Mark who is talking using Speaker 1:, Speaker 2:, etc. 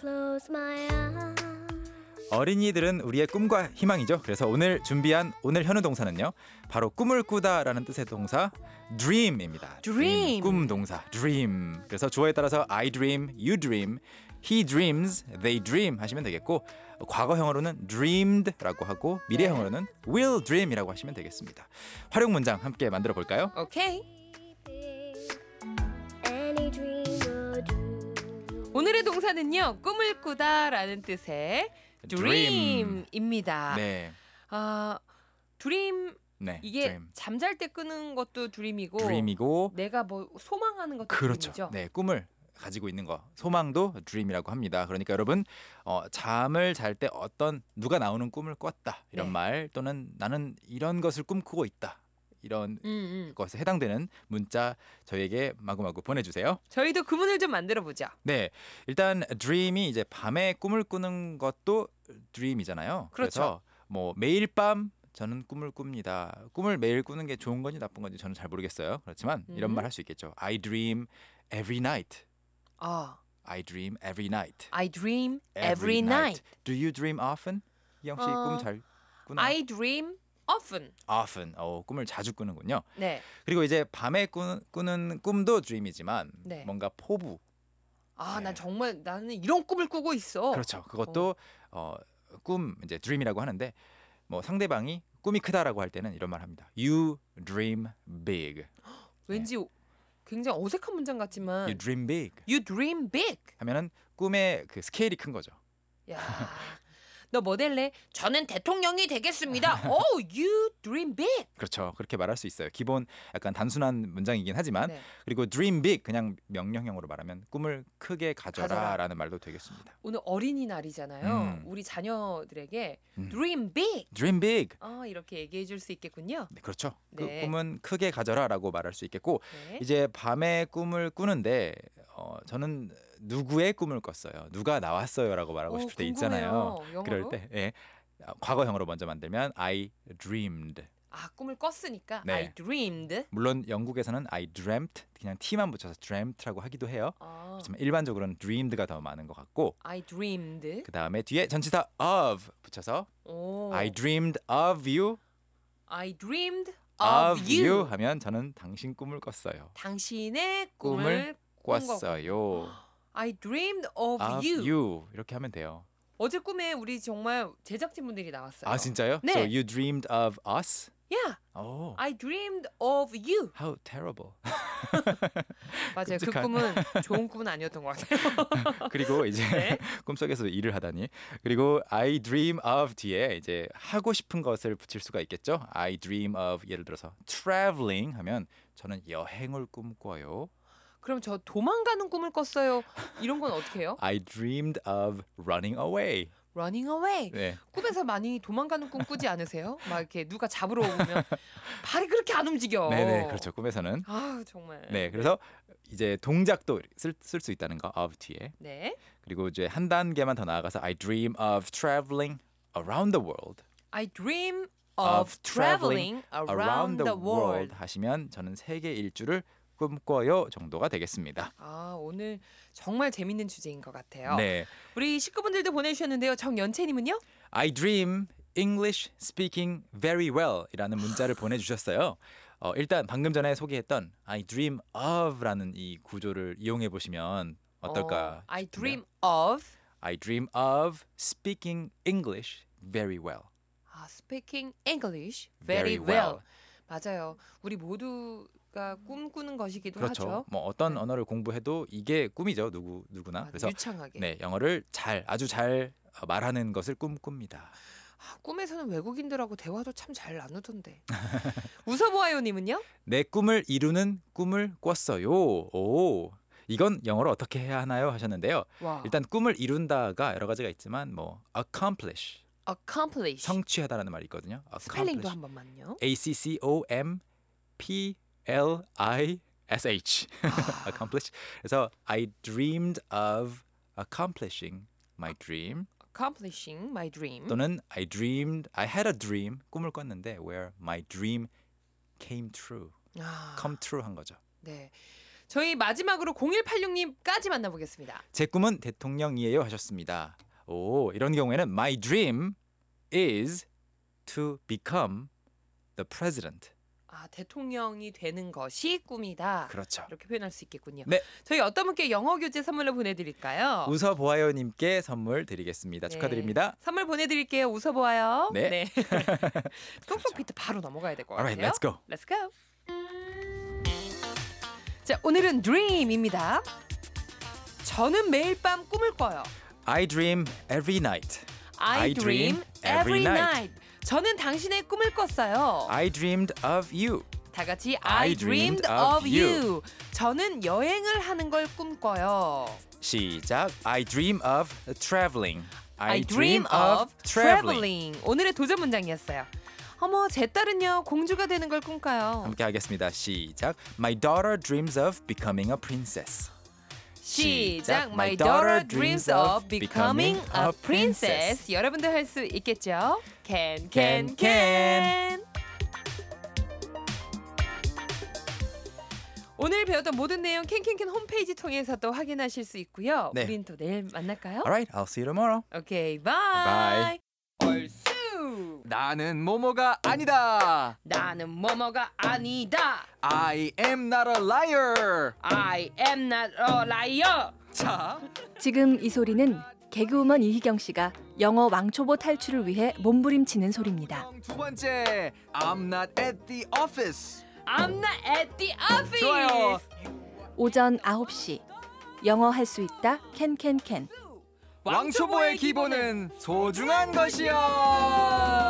Speaker 1: close my eyes.
Speaker 2: 어린이들은 우리의 꿈과 희망이죠. 그래서 오늘 준비한 오늘 현우 동사는요. 바로 꿈을 꾸다라는 뜻의 동사 dream입니다.
Speaker 3: Dream.
Speaker 2: 꿈 동사 dream. 그래서 주어에 따라서 I dream, you dream, he dreams, they dream 하시면 되겠고 과거형으로는 dreamed라고 하고
Speaker 3: 네.
Speaker 2: 미래형으로는 will dream이라고 하시면 되겠습니다. 활용 문장 함께 만들어 볼까요?
Speaker 3: 오케이.
Speaker 1: Any dream will do.
Speaker 3: 오늘의 동사는요. 꿈을 꾸다라는 뜻의 dream입니다.
Speaker 2: 네.
Speaker 3: 아, dream
Speaker 2: 네.
Speaker 3: 이게 뭐
Speaker 2: dream.
Speaker 3: 잠잘 때 끄는 것도 dream이고
Speaker 2: dream이고
Speaker 3: 내가 뭐 소망하는 것도
Speaker 2: 그렇죠.
Speaker 3: dream이죠.
Speaker 2: 네, 꿈을 가지고 있는 거 소망도 dream이라고 합니다. 그러니까 여러분 어, 잠을 잘 때 어떤 누가 나오는 꿈을 꿨다 이런
Speaker 3: 네.
Speaker 2: 말 또는 나는 이런 것을 꿈꾸고 있다 이런
Speaker 3: 음, 음.
Speaker 2: 것에 해당되는 문자 저희에게 마구마구 보내주세요.
Speaker 3: 저희도 그 구문을 좀 만들어 보죠.
Speaker 2: 네, 일단 dream이 이제 밤에 꿈을 꾸는 것도 dream이잖아요.
Speaker 3: 그렇죠.
Speaker 2: 그래서 뭐 매일 밤 저는 꿈을 꿉니다. 꿈을 매일 꾸는 게 좋은 건지 나쁜 건지 저는 잘 모르겠어요. 그렇지만 이런
Speaker 3: 음.
Speaker 2: 말 할 수 있겠죠. I dream every night.
Speaker 3: 아,
Speaker 2: I dream every night.
Speaker 3: I dream every, night.
Speaker 2: Do you dream often? 이영 씨
Speaker 3: 어,
Speaker 2: 꿈 잘 꾸나?
Speaker 3: I dream often.
Speaker 2: often. 어, 꿈을 자주 꾸는군요.
Speaker 3: 네.
Speaker 2: 그리고 이제 밤에 꾸, 꾸는 꿈도 dream이지만
Speaker 3: 네.
Speaker 2: 뭔가 포부.
Speaker 3: 아, 난
Speaker 2: 네.
Speaker 3: 정말 나는 이런 꿈을 꾸고 있어.
Speaker 2: 그렇죠. 그것도 어, 꿈 이제 dream이라고 하는데 뭐 상대방이 꿈이 크다라고 할 때는 이런 말 합니다. You dream big.
Speaker 3: 왠지 굉장히 어색한 문장 같지만
Speaker 2: 네. You dream big.
Speaker 3: You dream big.
Speaker 2: 하면은 꿈의 그 스케일이 큰 거죠.
Speaker 3: 야. 너 모델래? 저는 대통령이 되겠습니다. Oh, you dream big.
Speaker 2: 그렇죠. 그렇게 말할 수 있어요. 기본 약간 단순한 문장이긴 하지만
Speaker 3: 네.
Speaker 2: 그리고 dream big 그냥 명령형으로 말하면 꿈을 크게
Speaker 3: 가져라.
Speaker 2: 가져라라는 말도 되겠습니다.
Speaker 3: 오늘 어린이날이잖아요.
Speaker 2: 음.
Speaker 3: 우리 자녀들에게
Speaker 2: 음.
Speaker 3: dream big.
Speaker 2: dream big
Speaker 3: 어, 이렇게 얘기해 줄 수 있겠군요.
Speaker 2: 네, 그렇죠.
Speaker 3: 네.
Speaker 2: 그 꿈은 크게 가져라라고 말할 수 있겠고
Speaker 3: 네.
Speaker 2: 이제 밤에 꿈을 꾸는데 어, 저는 누구의 꿈을 꿨어요. 누가 나왔어요라고 말하고
Speaker 3: 어,
Speaker 2: 싶을 때
Speaker 3: 궁금해요.
Speaker 2: 있잖아요.
Speaker 3: 영어로?
Speaker 2: 그럴 때 예. 어, 과거형으로 먼저 만들면 I dreamed.
Speaker 3: 아, 꿈을 꿨으니까
Speaker 2: 네.
Speaker 3: I dreamed.
Speaker 2: 물론 영국에서는 I dreamt 그냥 t만 붙여서 dreamt라고 하기도 해요.
Speaker 3: 아,
Speaker 2: 그렇지만 일반적으로는 dreamed가 더 많은 것 같고
Speaker 3: I dreamed.
Speaker 2: 그 다음에 뒤에 전치사 of 붙여서
Speaker 3: 오.
Speaker 2: I dreamed of you
Speaker 3: I dreamed
Speaker 2: of
Speaker 3: of,
Speaker 2: you. 하면 저는 당신 꿈을 꿨어요.
Speaker 3: 당신의
Speaker 2: 꿈을
Speaker 3: 꿈을 꾼 거고.
Speaker 2: 꿨어요.
Speaker 3: I dreamed of,
Speaker 2: of
Speaker 3: you.
Speaker 2: you 이렇게 하면 돼요.
Speaker 3: 어제 꿈에 우리 정말 제작진분들이 나왔어요.
Speaker 2: 아 진짜요?
Speaker 3: 네. 아.
Speaker 2: So you dreamed of us?
Speaker 3: Yeah,
Speaker 2: Oh,
Speaker 3: I dreamed of you.
Speaker 2: how terrible.
Speaker 3: 네. 맞아요. 그
Speaker 2: 끔찍한.
Speaker 3: 꿈은 좋은 꿈은 아니었던 것 같아요.
Speaker 2: 그리고 이제
Speaker 3: 네.
Speaker 2: 꿈속에서 일을 하다니. 그리고 I dream of 뒤에 이제 하고 싶은 것을 붙일 수가 있겠죠. I dream of 예를 들어서 traveling 하면 저는 여행을 꿈꿔요.
Speaker 3: 그럼 저 도망가는 꿈을 꿨어요. 이런 건 어떻게 해요?
Speaker 2: I dreamed of running away.
Speaker 3: Running away.
Speaker 2: 네.
Speaker 3: 꿈에서 많이 도망가는 꿈 꾸지 않으세요? 막 이렇게 누가 잡으러 오면 발이 그렇게 안 움직여.
Speaker 2: 네, 네. 그렇죠. 꿈에서는
Speaker 3: 아 정말.
Speaker 2: 네, 그래서 이제 동작도 쓸 수 있다는 거 of 뒤에
Speaker 3: 네.
Speaker 2: 그리고 이제 한 단계만 더 나아가서 I dream of traveling around the world
Speaker 3: I dream
Speaker 2: Of
Speaker 3: of, traveling, around, the world.
Speaker 2: 하시면 저는 세계 일주를 꿈꿔요 정도가 되겠습니다.
Speaker 3: 아 오늘 정말 재밌는 주제인 것 같아요.
Speaker 2: 네,
Speaker 3: 우리 식구분들도 보내주셨는데요. 정연채님은요?
Speaker 2: I dream English speaking very well이라는 문자를 보내주셨어요. 어, 일단 방금 전에 소개했던 I dream of라는 이 구조를 이용해 보시면 어떨까?
Speaker 3: 어, I
Speaker 2: 싶은데요.
Speaker 3: dream of
Speaker 2: I dream of speaking English very well.
Speaker 3: 아, speaking English very, well. 맞아요. 우리 모두가 꿈꾸는 것이기도
Speaker 2: 그렇죠.
Speaker 3: 하죠.
Speaker 2: 뭐 어떤
Speaker 3: 네.
Speaker 2: 언어를 공부해도 이게 꿈이죠. 누구 누구나.
Speaker 3: 아,
Speaker 2: 그래서
Speaker 3: 유창하게.
Speaker 2: 네, 영어를 잘 아주 잘 어, 말하는 것을 꿈꿉니다.
Speaker 3: 아, 꿈에서는 외국인들하고 대화도 참 잘 나누던데. 웃어보아요님은요?
Speaker 2: 내 꿈을 이루는 꿈을 꿨어요. 오. 이건 영어로 어떻게 해야 하나요? 하셨는데요.
Speaker 3: 와,
Speaker 2: 일단 꿈을 이룬다가 여러 가지가 있지만 뭐 accomplish
Speaker 3: accomplish.
Speaker 2: 성취하다라는 말이 있거든요.
Speaker 3: 그렇죠. 스펠링도
Speaker 2: accomplish.
Speaker 3: 한 번만요.
Speaker 2: A C C O M P L I S H.
Speaker 3: 아,
Speaker 2: accomplish. 그래서 I dreamed of accomplishing my dream.
Speaker 3: 아, accomplishing my dream.
Speaker 2: 또는 I dreamed, I had a dream 꿈을 꿨는데 where my dream came true,
Speaker 3: 아,
Speaker 2: come true 한 거죠.
Speaker 3: 네. 저희 마지막으로 0186님까지 만나보겠습니다.
Speaker 2: 제 꿈은 대통령이에요 하셨습니다. 오 이런 경우에는 my dream is to become the president.
Speaker 3: 아 대통령이 되는 것이 꿈이다.
Speaker 2: 그렇죠.
Speaker 3: 이렇게 표현할 수 있겠군요.
Speaker 2: 네.
Speaker 3: 저희 어떤 분께 영어 교재 선물로 보내드릴까요?
Speaker 2: 웃어 보아요님께 선물 드리겠습니다.
Speaker 3: 그렇죠. 네.
Speaker 2: 축하드립니다.
Speaker 3: 선물 보내드릴게요. 웃어보아요.
Speaker 2: 네.
Speaker 3: 쏙쏙 비트 바로 넘어가야 될 것 같아요.
Speaker 2: Alright, let's go.
Speaker 3: Let's go. 자, 오늘은 Dream입니다. 저는 매일 밤 꿈을 꿔요.
Speaker 2: I dream every night.
Speaker 3: I,
Speaker 2: I
Speaker 3: dream,
Speaker 2: dream every
Speaker 3: every night. 저는 당신의 꿈을 꿨어요.
Speaker 2: I dreamed of you.
Speaker 3: 다 같이 I,
Speaker 2: I
Speaker 3: dreamed,
Speaker 2: dreamed of
Speaker 3: of you. 저는 여행을 하는 걸 꿈꿔요.
Speaker 2: 시작. I dream of traveling.
Speaker 3: I, dream, of traveling. 오늘의 도전 문장이었어요. 어머, 제 딸은요 공주가 되는 걸 꿈꿔요.
Speaker 2: 함께 하겠습니다. 시작. My daughter dreams of becoming a princess.
Speaker 3: 시작. My daughter dreams of becoming a princess. 여러분도 할 수 있겠죠? Can,
Speaker 2: Can,
Speaker 3: can, can. 오늘 배웠던 모든 내용 캔캔캔 홈페이지 통해서 또 확인하실 수 있고요.
Speaker 2: 네.
Speaker 3: 우린 또 내일 만날까요?
Speaker 2: Alright, I'll see you tomorrow.
Speaker 3: 오케이, 바이. 얼쑤.
Speaker 4: 나는 모모가 아니다.
Speaker 3: 나는 뭐뭐가 아니다.
Speaker 4: I am not a liar.
Speaker 3: I am not a liar.
Speaker 4: 자,
Speaker 5: 지금 이 소리는 개그우먼 이희경 씨가 영어 왕초보 탈출을 위해 몸부림치는 소리입니다.
Speaker 4: 두 번째. I'm not at the office.
Speaker 3: I'm not at the office.
Speaker 4: 좋아요.
Speaker 5: 오전 9시 영어 할 수 있다 캔캔캔
Speaker 4: 왕초보의 기본은 소중한 것이요.